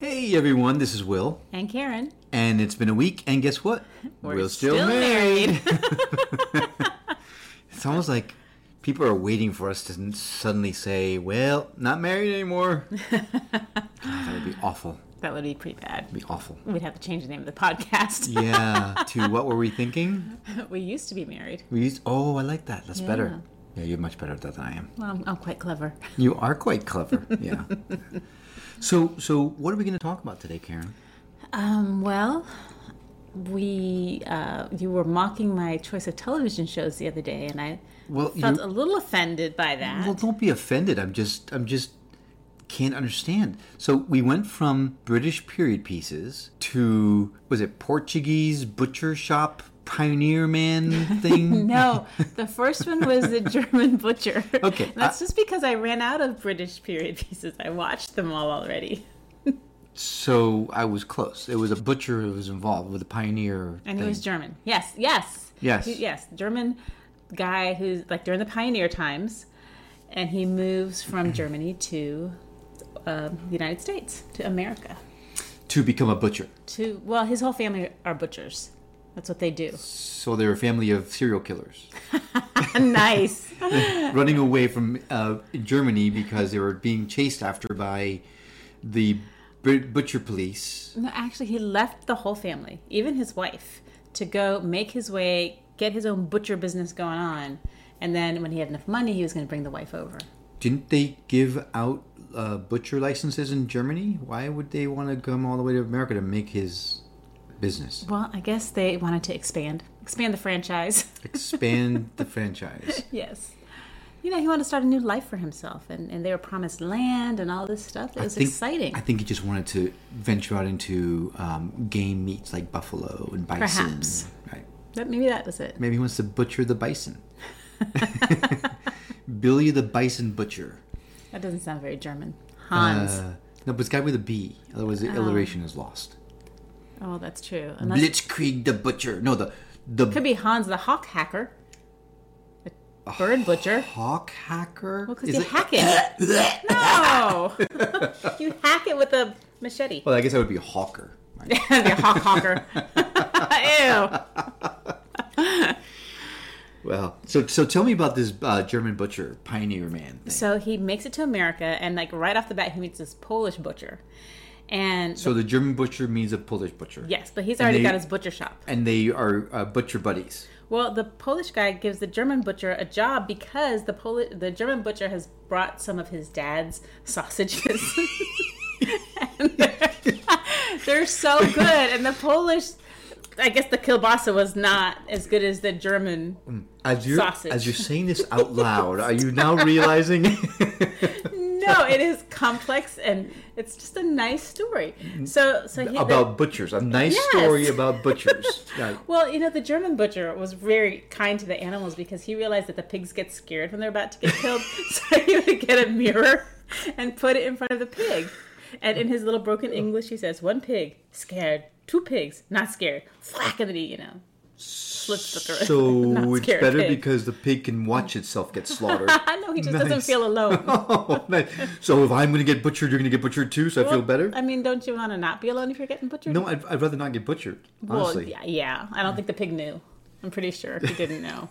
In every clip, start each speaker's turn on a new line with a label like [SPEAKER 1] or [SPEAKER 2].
[SPEAKER 1] Hey everyone, this is Will,
[SPEAKER 2] And Karen.
[SPEAKER 1] and it's been a week, and guess what?
[SPEAKER 2] We're still
[SPEAKER 1] it's almost like people are waiting for us to n- suddenly say, "Well, not married anymore." God, that would be awful.
[SPEAKER 2] That would be pretty bad.
[SPEAKER 1] It'd be awful.
[SPEAKER 2] We'd have to change the name of the podcast.
[SPEAKER 1] Yeah. to what were we thinking?
[SPEAKER 2] we used to be married.
[SPEAKER 1] We used. Oh, I like that. That's better. Yeah, you're much better at that than I am.
[SPEAKER 2] Well, I'm, I'm quite clever.
[SPEAKER 1] You are quite clever. Yeah. so, so what are we going to talk about today, Karen?
[SPEAKER 2] Um, well, we uh, you were mocking my choice of television shows the other day, and I
[SPEAKER 1] Well,
[SPEAKER 2] felt
[SPEAKER 1] you,
[SPEAKER 2] a little offended by that.
[SPEAKER 1] Well, don't be offended. I'm just, I'm just can't understand. So we went from British period pieces to was it Portuguese butcher shop pioneer man thing?
[SPEAKER 2] no, the first one was the German butcher.
[SPEAKER 1] Okay,
[SPEAKER 2] And that's just because I ran out of British period pieces. I watched them all already,
[SPEAKER 1] So I was close. It was a butcher who was involved with a pioneer.
[SPEAKER 2] and he
[SPEAKER 1] thing.
[SPEAKER 2] was German. Yes, yes,
[SPEAKER 1] Yes.
[SPEAKER 2] He- yes, German guy who's like during the pioneer times, and he moves from Germany to um, the United States to America.
[SPEAKER 1] to become a butcher.
[SPEAKER 2] To well, his whole family are butchers. That's what they do.
[SPEAKER 1] So they're a family of serial killers
[SPEAKER 2] nice.
[SPEAKER 1] running away from uh, Germany because they were being chased after by the br- butcher police.
[SPEAKER 2] No, actually, he left the whole family, even his wife, to go make his way, get his own butcher business going on, and then when he had enough money, he was going to bring the wife over.
[SPEAKER 1] Didn't they give out uh, butcher licenses in Germany? Why would they want to come all the way to America to make his business?
[SPEAKER 2] Well, I guess they wanted to expand, expand the franchise.
[SPEAKER 1] Expand the franchise.
[SPEAKER 2] yes. You know, he wanted to start a new life for himself, and, and they were promised land and all this stuff. It was exciting.
[SPEAKER 1] I think he just wanted to venture out into um, game meats like buffalo and bison.
[SPEAKER 2] Perhaps.
[SPEAKER 1] Right.
[SPEAKER 2] But maybe that was it.
[SPEAKER 1] Maybe he wants to butcher the bison. Billy the bison butcher.
[SPEAKER 2] That doesn't sound very German. Hans.
[SPEAKER 1] Uh, no, but it's got with a B. Otherwise, the alliteration is lost.
[SPEAKER 2] oh, that's true. Unless
[SPEAKER 1] Blitzkrieg the butcher. No, the the
[SPEAKER 2] Could be Hans the Hawk Hacker, a bird butcher.
[SPEAKER 1] hawk hacker.
[SPEAKER 2] Well,
[SPEAKER 1] Oh.
[SPEAKER 2] because
[SPEAKER 1] Is
[SPEAKER 2] you
[SPEAKER 1] it-
[SPEAKER 2] hack it. no, you hack it with a machete.
[SPEAKER 1] Well, I guess that would be hawker. right?
[SPEAKER 2] That'd be a hawk hawker. Ew.
[SPEAKER 1] well, so so tell me about this uh, German butcher pioneer man. Thing.
[SPEAKER 2] So he makes it to America, and like right off the bat, he meets this Polish butcher, and
[SPEAKER 1] So the German butcher means a Polish butcher.
[SPEAKER 2] yes, but he's already
[SPEAKER 1] they-
[SPEAKER 2] got his butcher shop.
[SPEAKER 1] And they are uh, butcher buddies.
[SPEAKER 2] Well, the Polish guy gives the German butcher a job because the Poli- the German butcher has brought some of his dad's sausages. and they're, they're so good, and the Polish, I guess the kielbasa was not as good as the German.
[SPEAKER 1] As you're
[SPEAKER 2] Sausage.
[SPEAKER 1] as you're saying this out loud, are you now realizing?
[SPEAKER 2] No, it is complex, and it's just a nice story. So, so he,
[SPEAKER 1] about butchers, a nice
[SPEAKER 2] Yes.
[SPEAKER 1] story about butchers. Right.
[SPEAKER 2] Well, you know, the German butcher was very kind to the animals because he realized that the pigs get scared when they're about to get killed. so he would get a mirror and put it in front of the pig. And in his little broken English, he says, one pig, scared. Two pigs, not scared. Whack and you know, slits the throat. Not
[SPEAKER 1] So it's
[SPEAKER 2] scared
[SPEAKER 1] better
[SPEAKER 2] pig.
[SPEAKER 1] because the pig can watch itself get slaughtered.
[SPEAKER 2] I know he just doesn't
[SPEAKER 1] Nice.
[SPEAKER 2] feel alone.
[SPEAKER 1] oh, nice. So if I'm going to get butchered, you're going to get butchered too. So I feel better.
[SPEAKER 2] I mean, don't you want to not be alone if you're getting butchered?
[SPEAKER 1] no, I'd, I'd rather not get butchered.
[SPEAKER 2] well,
[SPEAKER 1] Honestly.
[SPEAKER 2] yeah, yeah. I don't think the pig knew. I'm pretty sure he didn't know.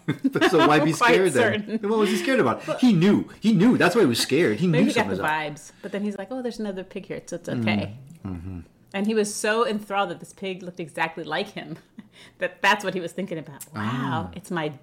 [SPEAKER 1] so why be
[SPEAKER 2] Quite
[SPEAKER 1] scared then?
[SPEAKER 2] certain.
[SPEAKER 1] What was he scared about? he knew. He knew. That's why he was scared. He
[SPEAKER 2] Maybe
[SPEAKER 1] knew
[SPEAKER 2] he got
[SPEAKER 1] something
[SPEAKER 2] the
[SPEAKER 1] was up. Mm-hmm.
[SPEAKER 2] vibes, but then he's like, "Oh, there's another pig here, so it's okay." And he was so enthralled that this pig looked exactly like him, that that's what he was thinking about. Wow, it's my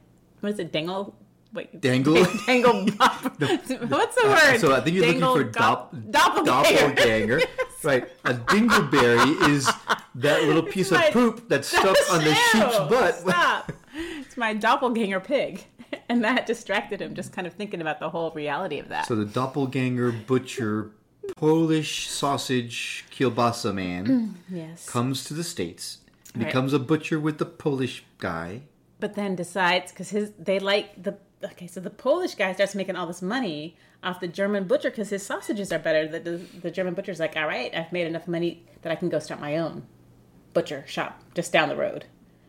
[SPEAKER 2] what is it, dangle? Wait,
[SPEAKER 1] Ah. Dangle? uh,
[SPEAKER 2] dang- dangle. bop- What's the word?
[SPEAKER 1] So I think he's
[SPEAKER 2] Dangle
[SPEAKER 1] looking for
[SPEAKER 2] gop-
[SPEAKER 1] dop-
[SPEAKER 2] doppelganger.
[SPEAKER 1] doppelganger. Right. A dingleberry is that little piece
[SPEAKER 2] my-
[SPEAKER 1] of poop that's stuffed on the sheep's
[SPEAKER 2] Ew,
[SPEAKER 1] butt.
[SPEAKER 2] Stop! it's my doppelganger pig, and that distracted him, just kind of thinking about the whole reality of that.
[SPEAKER 1] So the doppelganger butcher Polish sausage kielbasa man
[SPEAKER 2] yes.
[SPEAKER 1] comes to the States,
[SPEAKER 2] Mm. Right.
[SPEAKER 1] becomes a butcher with the Polish guy.
[SPEAKER 2] but then decides because his they like the okay so the polish guy starts making all this money off the german butcher because his sausages are better the, the, the german butcher's like all right i've made enough money that i can go start my own butcher shop just down the road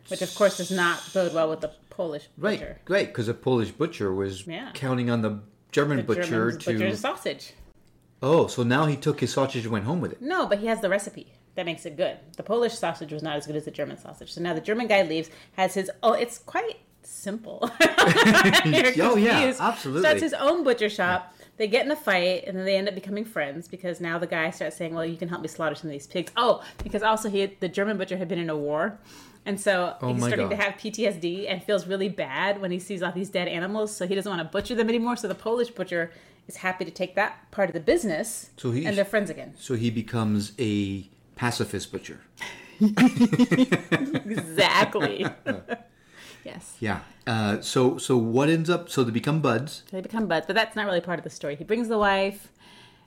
[SPEAKER 2] which of course does not bode well with the polish
[SPEAKER 1] Right.
[SPEAKER 2] butcher
[SPEAKER 1] Right. Because the Polish butcher was
[SPEAKER 2] Yeah.
[SPEAKER 1] counting on the German
[SPEAKER 2] the
[SPEAKER 1] butcher
[SPEAKER 2] German
[SPEAKER 1] to
[SPEAKER 2] butcher's sausage
[SPEAKER 1] Oh, so now he took his sausage and went home with it.
[SPEAKER 2] No, but he has the recipe that makes it good. The Polish sausage was not as good as the German sausage. So now the German guy leaves, has his oh, it's quite simple.
[SPEAKER 1] Oh,
[SPEAKER 2] oh
[SPEAKER 1] yeah, absolutely.
[SPEAKER 2] Starts his own butcher shop. They get in a fight and then they end up becoming friends because now the guy starts saying, "Well, you can help me slaughter some of these pigs." Oh, because also he had, the German butcher had been in a war. And so he's
[SPEAKER 1] Oh my
[SPEAKER 2] starting to
[SPEAKER 1] God.
[SPEAKER 2] have PTSD and feels really bad when he sees all these dead animals. So he doesn't want to butcher them anymore. So the Polish butcher is happy to take that part of the business.
[SPEAKER 1] So he's-
[SPEAKER 2] and they're friends again.
[SPEAKER 1] So he becomes a pacifist butcher.
[SPEAKER 2] Exactly. yes.
[SPEAKER 1] Yeah. Uh, so so what ends up? So they become buds.
[SPEAKER 2] They become buds, but that's not really part of the story. He brings the wife,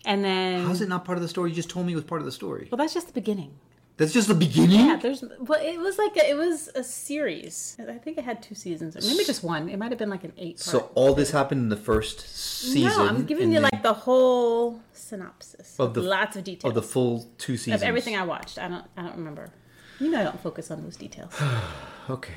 [SPEAKER 2] and then
[SPEAKER 1] How's it not part of the story? You just told me it was part of the story.
[SPEAKER 2] well, that's just the beginning.
[SPEAKER 1] That's just the beginning.
[SPEAKER 2] Yeah, there's well, it was like a, it was a series. I think it had two seasons, or maybe just one. It might have been like an eight. Part.
[SPEAKER 1] So all this happened in the first season.
[SPEAKER 2] no, I'm giving
[SPEAKER 1] and
[SPEAKER 2] you
[SPEAKER 1] then
[SPEAKER 2] like the whole synopsis
[SPEAKER 1] Of the-
[SPEAKER 2] lots of details
[SPEAKER 1] of the full two seasons
[SPEAKER 2] of everything I watched. I don't I don't remember. You know, I don't focus on those details.
[SPEAKER 1] okay.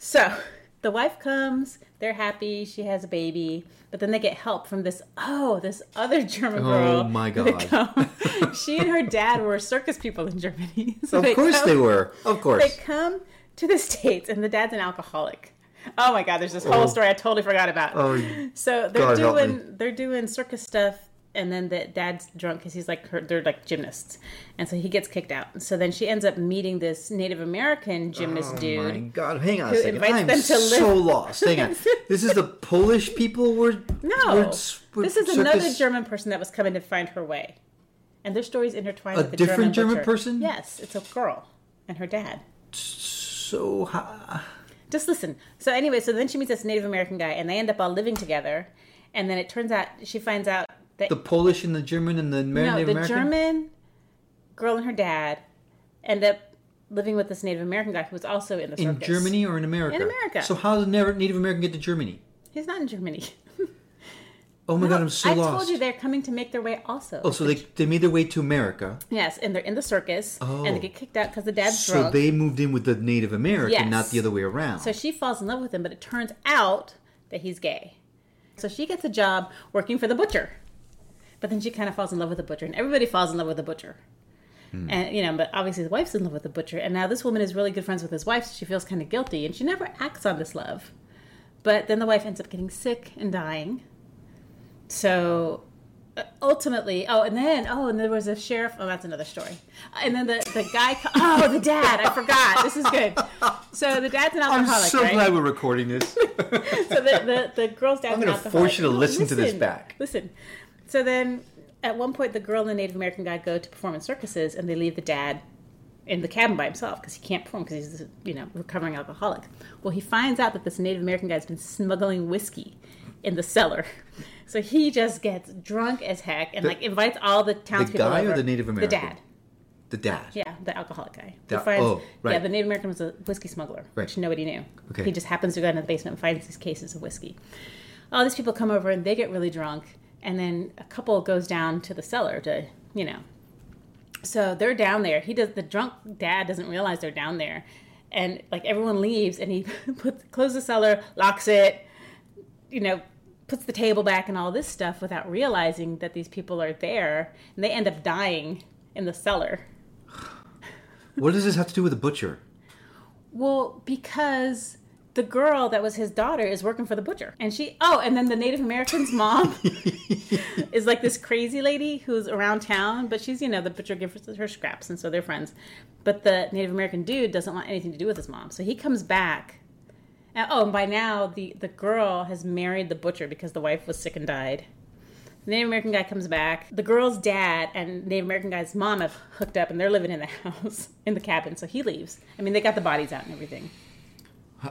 [SPEAKER 2] So the wife comes, they're happy, she has a baby, but then they get help from this oh, this other German girl.
[SPEAKER 1] Oh my
[SPEAKER 2] that
[SPEAKER 1] God.
[SPEAKER 2] come- she and her dad were circus people in Germany. So
[SPEAKER 1] Of course
[SPEAKER 2] come,
[SPEAKER 1] they were. Of course.
[SPEAKER 2] They come to the States and the dad's an alcoholic. Oh my god, there's this whole
[SPEAKER 1] Oh.
[SPEAKER 2] story I totally forgot about.
[SPEAKER 1] Oh,
[SPEAKER 2] so they're
[SPEAKER 1] God help me.
[SPEAKER 2] doing they're doing circus stuff and then the dad's drunk because he's like her, they're like gymnasts and so he gets kicked out so then she ends up meeting this native american gymnast dude
[SPEAKER 1] Oh my God! Hang on a
[SPEAKER 2] who
[SPEAKER 1] second.
[SPEAKER 2] invites
[SPEAKER 1] I'm
[SPEAKER 2] them to live-
[SPEAKER 1] so lost. Hang on. This is the Polish people were.
[SPEAKER 2] No,
[SPEAKER 1] were s- were
[SPEAKER 2] this is
[SPEAKER 1] circus-
[SPEAKER 2] another German person that was coming to find her way, and their stories intertwined.
[SPEAKER 1] A
[SPEAKER 2] with the
[SPEAKER 1] different German
[SPEAKER 2] butcher.
[SPEAKER 1] person?
[SPEAKER 2] Yes, it's a girl and her dad.
[SPEAKER 1] So ha-
[SPEAKER 2] Just listen. So anyway, so then she meets this Native American guy, and they end up all living together, and then it turns out she finds out that
[SPEAKER 1] the Polish and the German and the American.
[SPEAKER 2] no, the
[SPEAKER 1] American?
[SPEAKER 2] German girl and her dad end up living with this Native American guy who was also in the circus.
[SPEAKER 1] in Germany or in America?
[SPEAKER 2] In America.
[SPEAKER 1] So how did never Native American get to Germany?
[SPEAKER 2] he's not in Germany.
[SPEAKER 1] Oh my God! I'm so
[SPEAKER 2] I
[SPEAKER 1] lost.
[SPEAKER 2] told you they're coming to make their way also.
[SPEAKER 1] oh, so they they made their way to America.
[SPEAKER 2] yes, and they're in the circus, and
[SPEAKER 1] Oh.
[SPEAKER 2] they get kicked out because the dad's
[SPEAKER 1] So
[SPEAKER 2] drunk.
[SPEAKER 1] they moved in with the Native American,
[SPEAKER 2] Yes.
[SPEAKER 1] not the other way around.
[SPEAKER 2] So she falls in love with him, but it turns out that he's gay. So she gets a job working for the butcher. But then she kind of falls in love with the butcher, and everybody falls in love with the butcher. And you know, but obviously his wife's in love with the butcher, and now this woman is really good friends with his wife, so she feels kind of guilty, and she never acts on this love. But then the wife ends up getting sick and dying. So uh, ultimately, oh, and then oh, and there was a sheriff. Oh, that's another story. And then the the guy. co- Oh, the dad. I forgot. This is good. So the dad's an
[SPEAKER 1] I'm
[SPEAKER 2] alcoholic.
[SPEAKER 1] so
[SPEAKER 2] right?
[SPEAKER 1] glad we're recording this.
[SPEAKER 2] so the, the, the girl's dad's
[SPEAKER 1] I'm
[SPEAKER 2] an
[SPEAKER 1] gonna
[SPEAKER 2] alcoholic.
[SPEAKER 1] force you to listen to this back.
[SPEAKER 2] Listen. So then at one point, the girl and the Native American guy go to perform in circuses and they leave the dad in the cabin by himself because he can't perform because he's, you know, recovering alcoholic. Well, he finds out that this Native American guy's been smuggling whiskey in the cellar. So he just gets drunk as heck and like invites all the townspeople.
[SPEAKER 1] guy or
[SPEAKER 2] over.
[SPEAKER 1] the Native
[SPEAKER 2] The
[SPEAKER 1] American?
[SPEAKER 2] dad.
[SPEAKER 1] The dad.
[SPEAKER 2] Yeah, the alcoholic guy.
[SPEAKER 1] The-
[SPEAKER 2] he finds,
[SPEAKER 1] oh, right.
[SPEAKER 2] Yeah, the Native American was a whiskey smuggler, which
[SPEAKER 1] Right.
[SPEAKER 2] nobody knew.
[SPEAKER 1] Okay.
[SPEAKER 2] He just happens to go into the basement and finds these cases of whiskey. All these people come over and they get really drunk, and then a couple goes down to the cellar to, you know. So they're down there. He does the drunk dad doesn't realize they're down there, and like everyone leaves, and he puts closes the cellar, locks it, you know. Puts the table back and all this stuff without realizing that these people are there, and they end up dying in the cellar.
[SPEAKER 1] What does this have to do with the butcher?
[SPEAKER 2] Well, because the girl that was his daughter is working for the butcher. And she, oh, and then the Native American's mom is like this crazy lady who's around town, but she's, you know, the butcher gives her scraps, and so they're friends. But the Native American dude doesn't want anything to do with his mom. So he comes back. And, oh, and by now, the, the girl has married the butcher because the wife was sick and died. The Native American guy comes back. The girl's dad and Native American guy's mom have hooked up, and they're living in the house, in the cabin, so he leaves. I mean, they got the bodies out and everything.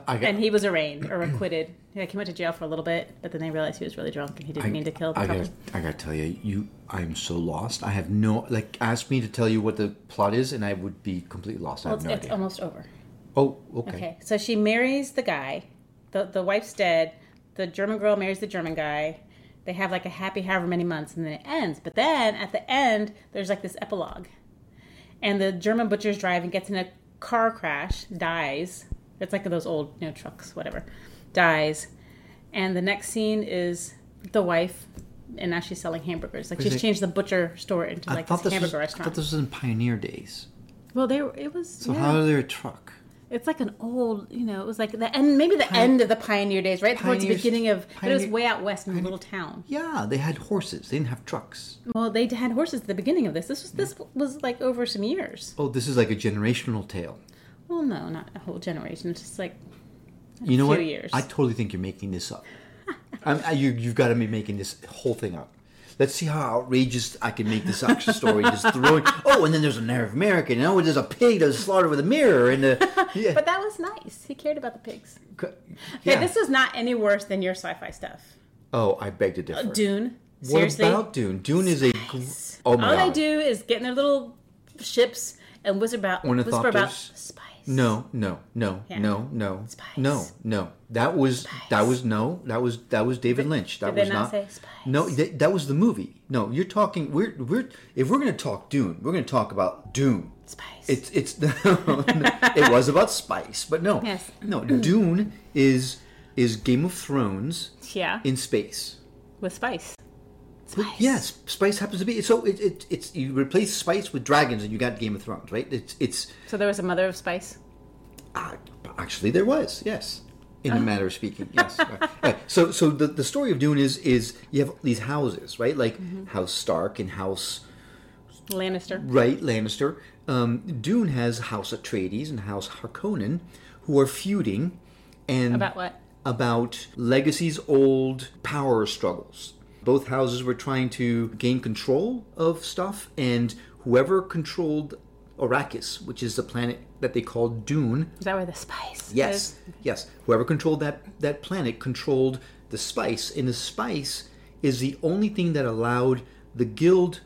[SPEAKER 1] I got,
[SPEAKER 2] And he was arraigned or acquitted. Yeah, he went to jail for a little bit, but then they realized he was really drunk and he didn't
[SPEAKER 1] I
[SPEAKER 2] mean to kill the
[SPEAKER 1] I
[SPEAKER 2] couple.
[SPEAKER 1] gotta, I gotta tell you, you, I'm so lost. I have no like. Ask me to tell you what the plot is, and I would be completely lost. I
[SPEAKER 2] Well,
[SPEAKER 1] have
[SPEAKER 2] it's,
[SPEAKER 1] no
[SPEAKER 2] it's
[SPEAKER 1] idea.
[SPEAKER 2] almost over.
[SPEAKER 1] oh, okay.
[SPEAKER 2] Okay, so she marries the guy. The, the wife's dead. The German girl marries the German guy. They have like a happy however many months and then it ends. But then at the end, there's like this epilogue. And the German butcher's driving, gets in a car crash, dies. It's like those old you know, trucks, whatever. Dies. And the next scene is the wife and now she's selling hamburgers. Like
[SPEAKER 1] Was
[SPEAKER 2] she's
[SPEAKER 1] it-
[SPEAKER 2] changed the butcher store into like this hamburger
[SPEAKER 1] was, I
[SPEAKER 2] restaurant.
[SPEAKER 1] thought this was in pioneer days.
[SPEAKER 2] Well, they were, it was
[SPEAKER 1] So
[SPEAKER 2] yeah.
[SPEAKER 1] how is there a truck?
[SPEAKER 2] it's like an old, you know, it was like the end, maybe the end of the pioneer days, right? Towards the
[SPEAKER 1] Pioneers-
[SPEAKER 2] beginning of, but it was
[SPEAKER 1] pioneer-
[SPEAKER 2] way out west in a little town.
[SPEAKER 1] Yeah, they had horses. They didn't have trucks.
[SPEAKER 2] Well, they had horses at the beginning of this. This was this was like over some years.
[SPEAKER 1] Oh, this is like a generational tale.
[SPEAKER 2] Well, no, not a whole generation. It's just like
[SPEAKER 1] You know
[SPEAKER 2] few
[SPEAKER 1] what?
[SPEAKER 2] years.
[SPEAKER 1] I totally think you're making this up. I'm, I, you, you've got to be making this whole thing up. Let's see how outrageous I can make this action story. Just throwing. Oh, and then there's a Native American. And oh, there's a pig that was slaughtered with a mirror. And a, yeah,
[SPEAKER 2] But that was nice. He cared about the pigs.
[SPEAKER 1] c-
[SPEAKER 2] Yeah,
[SPEAKER 1] yeah.
[SPEAKER 2] this is not any worse than your sci-fi stuff.
[SPEAKER 1] oh, I beg to differ.
[SPEAKER 2] Dune.
[SPEAKER 1] what
[SPEAKER 2] Uh, Seriously.
[SPEAKER 1] about Dune? Dune is a. gr- Oh my
[SPEAKER 2] All
[SPEAKER 1] god!
[SPEAKER 2] they do is get in their little ships and whisper about whisper about
[SPEAKER 1] Ornithopters.
[SPEAKER 2] spice.
[SPEAKER 1] No, no, no, no, no,
[SPEAKER 2] Spice.
[SPEAKER 1] no, no. That was that was no. That was that was David Lynch. That
[SPEAKER 2] did they
[SPEAKER 1] was
[SPEAKER 2] not say spice?
[SPEAKER 1] No, th- that was the movie. No, you're talking. We're we're if we're gonna talk Dune, we're gonna talk about Dune.
[SPEAKER 2] Spice.
[SPEAKER 1] It's it's no, it was about spice, but no,
[SPEAKER 2] Yes.
[SPEAKER 1] no. Dune is is Game of Thrones
[SPEAKER 2] yeah.
[SPEAKER 1] in space.
[SPEAKER 2] with spice.
[SPEAKER 1] But
[SPEAKER 2] Spice.
[SPEAKER 1] yes, spice happens to be so. It, it it's you replace spice with dragons, and you got Game of Thrones, right? It's it's
[SPEAKER 2] So there was a mother of spice.
[SPEAKER 1] Ah, actually, there was yes, in a matter of speaking, yes. Right. So, so the, the story of Dune is is you have these houses, right? Like House Stark and House
[SPEAKER 2] Lannister.
[SPEAKER 1] Right Lannister. Um, Dune has House Atreides and House Harkonnen, who are feuding, and
[SPEAKER 2] About what?
[SPEAKER 1] about Legacy's old power struggles. Both houses were trying to gain control of stuff, and whoever controlled Arrakis, which is the planet that they call Dune,
[SPEAKER 2] Is that where the spice?
[SPEAKER 1] Yes,
[SPEAKER 2] is?
[SPEAKER 1] yes. Whoever controlled that that planet controlled the spice, and the spice is the only thing that allowed the guild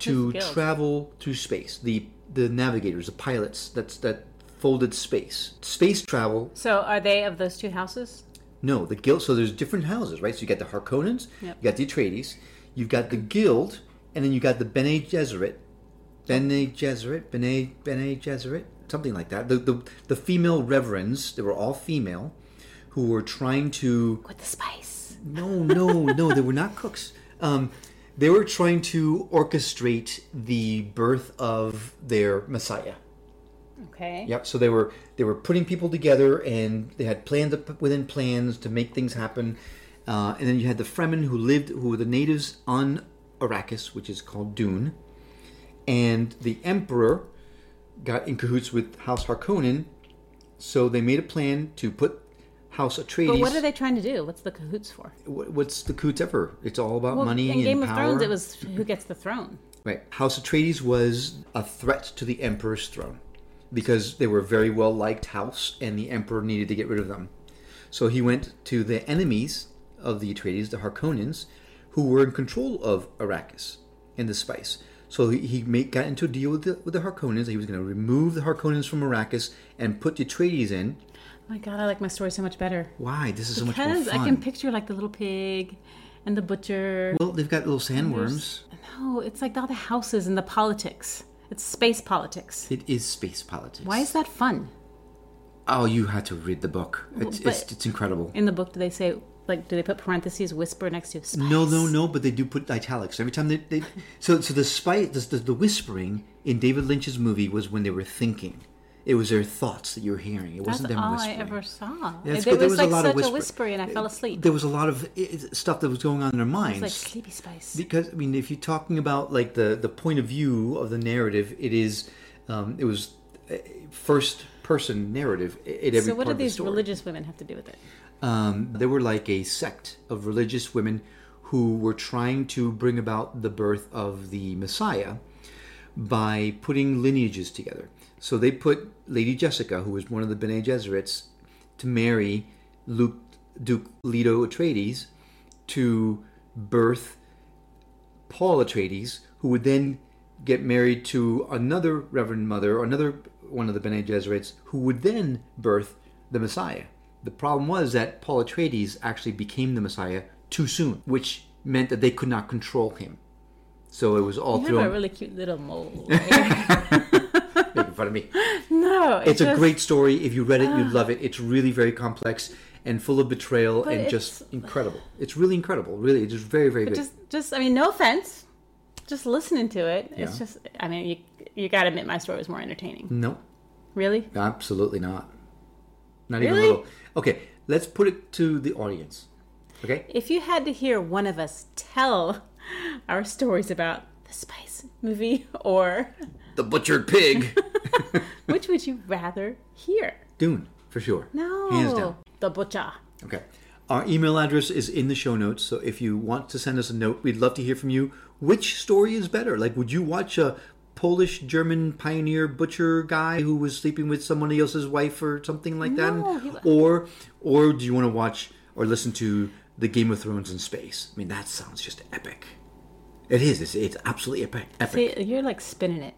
[SPEAKER 1] to
[SPEAKER 2] Who's the guild?
[SPEAKER 1] travel through space. The the navigators, the pilots. That's that folded space. Space travel.
[SPEAKER 2] So are they of those two houses?
[SPEAKER 1] No, the guild. So there's different houses, right? So you got the Harkonnens,
[SPEAKER 2] Yep.
[SPEAKER 1] you got the Atreides, you've got the guild, and then you got the Bene Gesserit, Bene Gesserit, Bene Bene Gesserit, something like that. The the the female reverends. They were all female. Who were trying to
[SPEAKER 2] With the spice.
[SPEAKER 1] no, no, no, they were not cooks. Um, they were trying to orchestrate the birth of their Messiah.
[SPEAKER 2] Okay.
[SPEAKER 1] Yep. So they were they were putting people together, and they had plans up- within plans to make things happen. Uh, and then you had the Fremen who lived, who were the natives on Arrakis, which is called Dune. And the Emperor got in cahoots with House Harkonnen, so they made a plan to put House Atreides
[SPEAKER 2] But what are they trying to do? What's the cahoots for?
[SPEAKER 1] what- what's the coup ever? It's all about money
[SPEAKER 2] in
[SPEAKER 1] and
[SPEAKER 2] Game of
[SPEAKER 1] power.
[SPEAKER 2] Thrones, it was who gets the throne.
[SPEAKER 1] right. House Atreides was a threat to the emperor's throne because they were a very well liked house, and the emperor needed to get rid of them. So he went to the enemies of the Atreides, the Harkonnens, who were in control of Arrakis and the spice. So he, he made, got into a deal with the, with the Harkonnens. He was going to remove the Harkonnens from Arrakis and put the Atreides in.
[SPEAKER 2] Oh my god, I like my story so much better.
[SPEAKER 1] Why? This is so much more
[SPEAKER 2] Because
[SPEAKER 1] fun.
[SPEAKER 2] I can picture like the little pig and the butcher.
[SPEAKER 1] well, they've got little sandworms.
[SPEAKER 2] No, it's like all the houses and the politics. It's space politics.
[SPEAKER 1] It is space politics.
[SPEAKER 2] Why is that fun?
[SPEAKER 1] Oh, you had to read the book. It's it's, it's incredible.
[SPEAKER 2] In the book, do they say like do they put parentheses whisper next to spice?
[SPEAKER 1] No, no, no. But they do put italics every time they. they so so the spite the, the the whispering in David Lynch's movie was when they were thinking. It was their thoughts that you were hearing. It
[SPEAKER 2] That's
[SPEAKER 1] wasn't them
[SPEAKER 2] all
[SPEAKER 1] whispering.
[SPEAKER 2] I ever saw.
[SPEAKER 1] Yeah, it's
[SPEAKER 2] there
[SPEAKER 1] good. There was
[SPEAKER 2] was,
[SPEAKER 1] a
[SPEAKER 2] like
[SPEAKER 1] lot
[SPEAKER 2] such
[SPEAKER 1] of
[SPEAKER 2] a
[SPEAKER 1] whisper.
[SPEAKER 2] whisper, and I fell asleep.
[SPEAKER 1] There was a lot of i i- stuff that was going on in their minds.
[SPEAKER 2] It's like sleepy spice.
[SPEAKER 1] because I mean, if you're talking about like the the point of view of the narrative, it is, um, it was uh, first person narrative. i- At every
[SPEAKER 2] So what
[SPEAKER 1] part
[SPEAKER 2] do
[SPEAKER 1] of the
[SPEAKER 2] these
[SPEAKER 1] story.
[SPEAKER 2] religious women have to do with it?
[SPEAKER 1] um, they were like a sect of religious women who were trying to bring about the birth of the Messiah by putting lineages together. So they put Lady Jessica, who was one of the Bene Gesserits, to marry Luke, Duke Leto Atreides to birth Paul Atreides, who would then get married to another Reverend Mother, or another one of the Bene Gesserits, who would then birth the Messiah. The problem was that Paul Atreides actually became the Messiah too soon, which meant that they could not control him. So it was all
[SPEAKER 2] You have
[SPEAKER 1] thrown
[SPEAKER 2] a really cute little mole.
[SPEAKER 1] making fun of me.
[SPEAKER 2] no, know.
[SPEAKER 1] It's a
[SPEAKER 2] just- Ah.
[SPEAKER 1] great story. If you read it, you'd love it. It's really very complex and full of betrayal
[SPEAKER 2] But
[SPEAKER 1] and
[SPEAKER 2] it's-
[SPEAKER 1] just incredible. It's really incredible. Really, it's just very, very good.
[SPEAKER 2] Just, just. I mean, no offense. Just listening to it,
[SPEAKER 1] Yeah.
[SPEAKER 2] it's just. I mean, you you gotta admit my story was more entertaining.
[SPEAKER 1] no,
[SPEAKER 2] Really?
[SPEAKER 1] absolutely not. Not even a
[SPEAKER 2] Really?
[SPEAKER 1] little. Okay, let's put it to the audience. Okay,
[SPEAKER 2] If you had to hear one of us tell our stories about the Spice movie, or
[SPEAKER 1] the butchered pig,
[SPEAKER 2] which would you rather hear?
[SPEAKER 1] Dune for sure.
[SPEAKER 2] No.
[SPEAKER 1] hands down.
[SPEAKER 2] The butcher.
[SPEAKER 1] Okay. Our email address is in the show notes, so if you want to send us a note, we'd love to hear from you. Which story is better? Like, would you watch a Polish German pioneer butcher guy who was sleeping with someone else's wife or something like
[SPEAKER 2] No,
[SPEAKER 1] that?
[SPEAKER 2] he-
[SPEAKER 1] Or, or do you want to watch or listen to the Game of Thrones in space? I mean, that sounds just epic. It is. It's, it's absolutely epic. Epic.
[SPEAKER 2] See, you're like spinning it.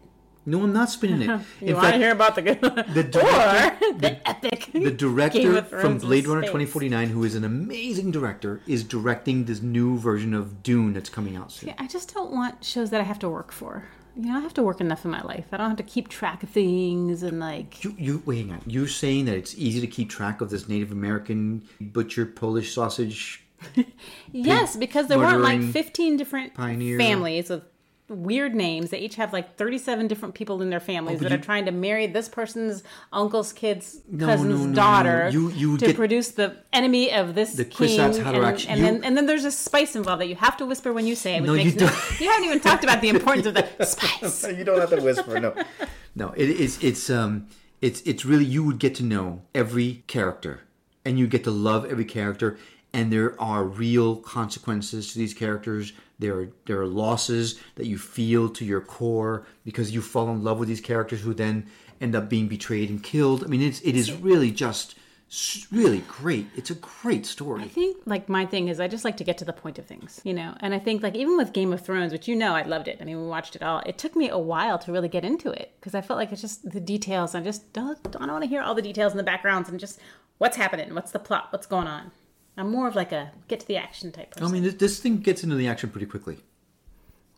[SPEAKER 1] no, I'm not spinning it.
[SPEAKER 2] You want to hear about the good the
[SPEAKER 1] director-
[SPEAKER 2] or the, epic
[SPEAKER 1] the
[SPEAKER 2] Game
[SPEAKER 1] director
[SPEAKER 2] of
[SPEAKER 1] from
[SPEAKER 2] Thrones
[SPEAKER 1] Blade
[SPEAKER 2] in
[SPEAKER 1] Runner
[SPEAKER 2] space.
[SPEAKER 1] 2049, who is an amazing director, is directing this new version of Dune that's coming out soon.
[SPEAKER 2] I just don't want shows that I have to work for. You know, I have to work enough in my life. I don't have to keep track of things and like.
[SPEAKER 1] You, you, wait, hang on. You're saying that it's easy to keep track of this Native American butcher Polish sausage?
[SPEAKER 2] Yes, because there weren't like
[SPEAKER 1] murdering
[SPEAKER 2] 15 different
[SPEAKER 1] pioneer.
[SPEAKER 2] families with weird names. They each have like 37 different people in their families that
[SPEAKER 1] Oh, you-
[SPEAKER 2] are trying to marry this person's uncle's kid's
[SPEAKER 1] no,
[SPEAKER 2] cousin's
[SPEAKER 1] no, no.
[SPEAKER 2] daughter
[SPEAKER 1] You- you
[SPEAKER 2] to
[SPEAKER 1] get-
[SPEAKER 2] produce the enemy of this the king.
[SPEAKER 1] Kwisatz
[SPEAKER 2] and,
[SPEAKER 1] Haderach.
[SPEAKER 2] and
[SPEAKER 1] You-
[SPEAKER 2] then and then there's a spice involved that you have to whisper when you say it. Which
[SPEAKER 1] No, you
[SPEAKER 2] makes
[SPEAKER 1] don't.
[SPEAKER 2] you haven't even talked about the importance of the spice.
[SPEAKER 1] you don't have to whisper. No, no. It, it's it's um it's it's really you would get to know every character, and you get to love every character. And there are real consequences to these characters. There are, there are losses that you feel to your core because you fall in love with these characters who then end up being betrayed and killed. I mean, it's it is really just s- really great. It's a great
[SPEAKER 2] I
[SPEAKER 1] story.
[SPEAKER 2] think like my thing is I just like to get to the point of things, you know. And I think like even with Game of Thrones, which you know I loved it. I mean, we watched it all. It took me a while to really get into it because I felt like it's just the details. I just don't, I don't want to hear all the details and the backgrounds and just what's happening, what's the plot, what's going on. I'm more of like a get to the action type person.
[SPEAKER 1] I mean, this, this thing gets into the action pretty quickly.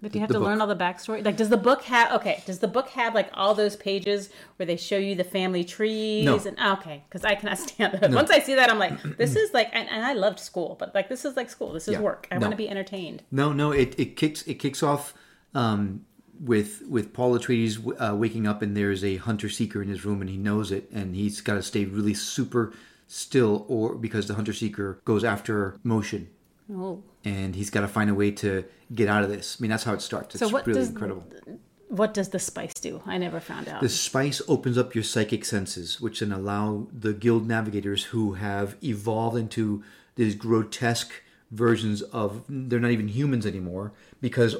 [SPEAKER 2] but do you have
[SPEAKER 1] the
[SPEAKER 2] to
[SPEAKER 1] book.
[SPEAKER 2] learn all the backstory? Like, does the book have okay? Does the book have like all those pages where they show you the family trees
[SPEAKER 1] No.
[SPEAKER 2] and ah, okay? Because I cannot stand that. Once I see that, I'm like, this is like, and, and I loved school, but like this is like school. This is
[SPEAKER 1] Yeah.
[SPEAKER 2] work. I
[SPEAKER 1] No.
[SPEAKER 2] want to be entertained.
[SPEAKER 1] No, no, it, it kicks it kicks off um, with with Paul Atreides uh, waking up and there's a hunter seeker in his room and he knows it and he's got to stay really super still or because the hunter seeker goes after motion
[SPEAKER 2] Oh.
[SPEAKER 1] and he's got to find a way to get out of this. I mean, that's how it starts. It's
[SPEAKER 2] what
[SPEAKER 1] really
[SPEAKER 2] does-
[SPEAKER 1] incredible.
[SPEAKER 2] What does the spice do? I never found out.
[SPEAKER 1] The spice opens up your psychic senses, which then allow the guild navigators who have evolved into these grotesque versions of they're not even humans anymore because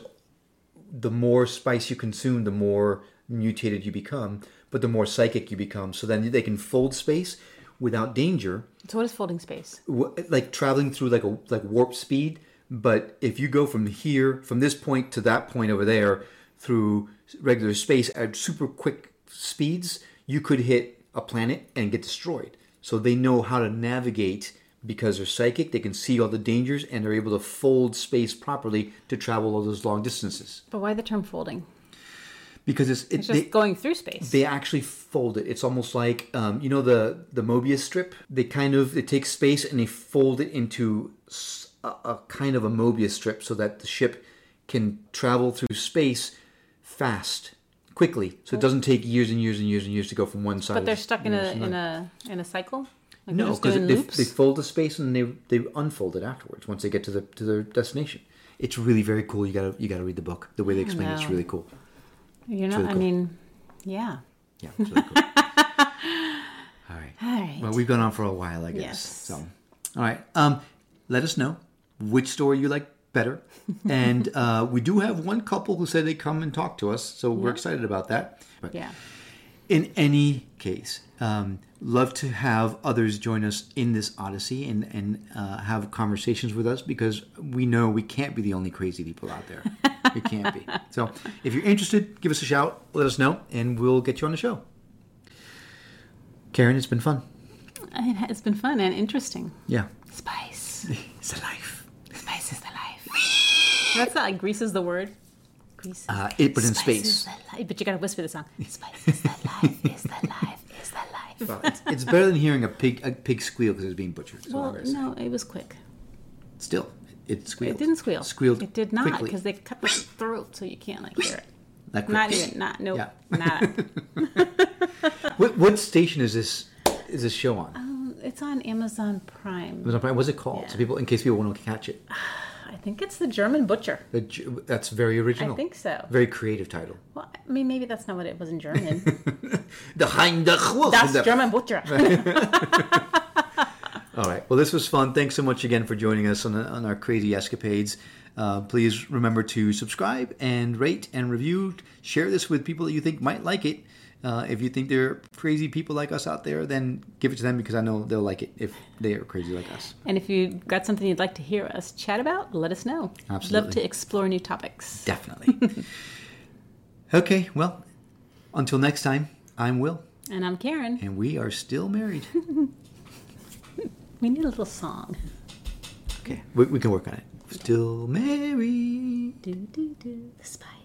[SPEAKER 1] the more spice you consume, the more mutated you become, but the more psychic you become. So then they can fold space without danger,
[SPEAKER 2] so what is folding space?
[SPEAKER 1] w- like traveling through like a like warp speed. But if you go from here, from this point to that point over there, through regular space at super quick speeds, you could hit a planet and get destroyed. So they know how to navigate because they're psychic. They can see all the dangers and they're able to fold space properly to travel all those long distances.
[SPEAKER 2] But why the term folding?
[SPEAKER 1] Because it's, it,
[SPEAKER 2] It's just
[SPEAKER 1] they-
[SPEAKER 2] going through space.
[SPEAKER 1] they actually fold it. It's almost like um, you know the the Mobius strip. They kind of it takes space and they fold it into s- a, a kind of a Mobius strip so that the ship can travel through space fast, quickly. So it doesn't take years and years and years and years to go from one side.
[SPEAKER 2] Oh. but they're
[SPEAKER 1] of-
[SPEAKER 2] stuck in a in a in a cycle. Like
[SPEAKER 1] no
[SPEAKER 2] they're just
[SPEAKER 1] because
[SPEAKER 2] doing
[SPEAKER 1] they,
[SPEAKER 2] loops.
[SPEAKER 1] they fold the space and they they unfold it afterwards once they get to the to their destination. It's really very cool. You gotta you gotta read the book. The way they explain it's
[SPEAKER 2] know.
[SPEAKER 1] really cool.
[SPEAKER 2] you know,
[SPEAKER 1] really
[SPEAKER 2] I
[SPEAKER 1] cool.
[SPEAKER 2] mean, yeah.
[SPEAKER 1] Yeah, it's really cool. All right.
[SPEAKER 2] All right.
[SPEAKER 1] Well, we've gone on for a while, I guess.
[SPEAKER 2] Yes.
[SPEAKER 1] So, all right. Um, let us know which story you like better, and uh, we do have one couple who said they come and talk to us, so we're excited about that. But
[SPEAKER 2] yeah.
[SPEAKER 1] in any case, um, love to have others join us in this odyssey and and uh, have conversations with us because we know we can't be the only crazy people out there. we can't be. So, if you're interested, give us a shout. Let us know, and we'll get you on the show. Karen, it's been fun.
[SPEAKER 2] It ha- It's been fun and interesting.
[SPEAKER 1] Yeah.
[SPEAKER 2] Spice.
[SPEAKER 1] It's a life.
[SPEAKER 2] Spice is the life. That's not like Greece is the word. Greece.
[SPEAKER 1] Uh, it, but in
[SPEAKER 2] Spice is
[SPEAKER 1] space.
[SPEAKER 2] the life. But you gotta whisper the song. Spice is the life. Is the life. Is the
[SPEAKER 1] Well, it's, it's better than hearing a pig a pig squeal because it was being butchered. is all I'm
[SPEAKER 2] Well,
[SPEAKER 1] gonna say.
[SPEAKER 2] no, it was quick.
[SPEAKER 1] Still, it squealed.
[SPEAKER 2] It didn't squeal.
[SPEAKER 1] Squealed.
[SPEAKER 2] It did not
[SPEAKER 1] quickly.
[SPEAKER 2] because they cut the throat, so you can't like hear it.
[SPEAKER 1] Not, quick.
[SPEAKER 2] Not even. Not nope.
[SPEAKER 1] Yeah.
[SPEAKER 2] Not.
[SPEAKER 1] What, what station is this? Is this show on?
[SPEAKER 2] Um, it's on Amazon Prime.
[SPEAKER 1] It was on Prime. What's it called? So
[SPEAKER 2] Yeah.
[SPEAKER 1] people, in case people want to catch it,
[SPEAKER 2] I think it's the German Butcher.
[SPEAKER 1] The Ju- that's very original.
[SPEAKER 2] I think so.
[SPEAKER 1] Very creative title.
[SPEAKER 2] Well, I mean, maybe that's not what it was in German.
[SPEAKER 1] The Heimdach Wolf.
[SPEAKER 2] That's
[SPEAKER 1] The-
[SPEAKER 2] German Butcher.
[SPEAKER 1] All right. Well, this was fun. Thanks so much again for joining us on, on our crazy escapades. Uh, please remember to subscribe and rate and review. Share this with people that you think might like it. Uh, if you think there are crazy people like us out there, then give it to them because I know they'll like it if they are crazy like us.
[SPEAKER 2] and if you've got something you'd like to hear us chat about, let us know.
[SPEAKER 1] Absolutely.
[SPEAKER 2] Love to explore new topics.
[SPEAKER 1] Definitely. okay. Well, until next time, I'm Will,
[SPEAKER 2] And I'm Karen.
[SPEAKER 1] and we are still married.
[SPEAKER 2] We need a little song.
[SPEAKER 1] Okay. We, we can work on it. Still married.
[SPEAKER 2] Do, do, do. The spy.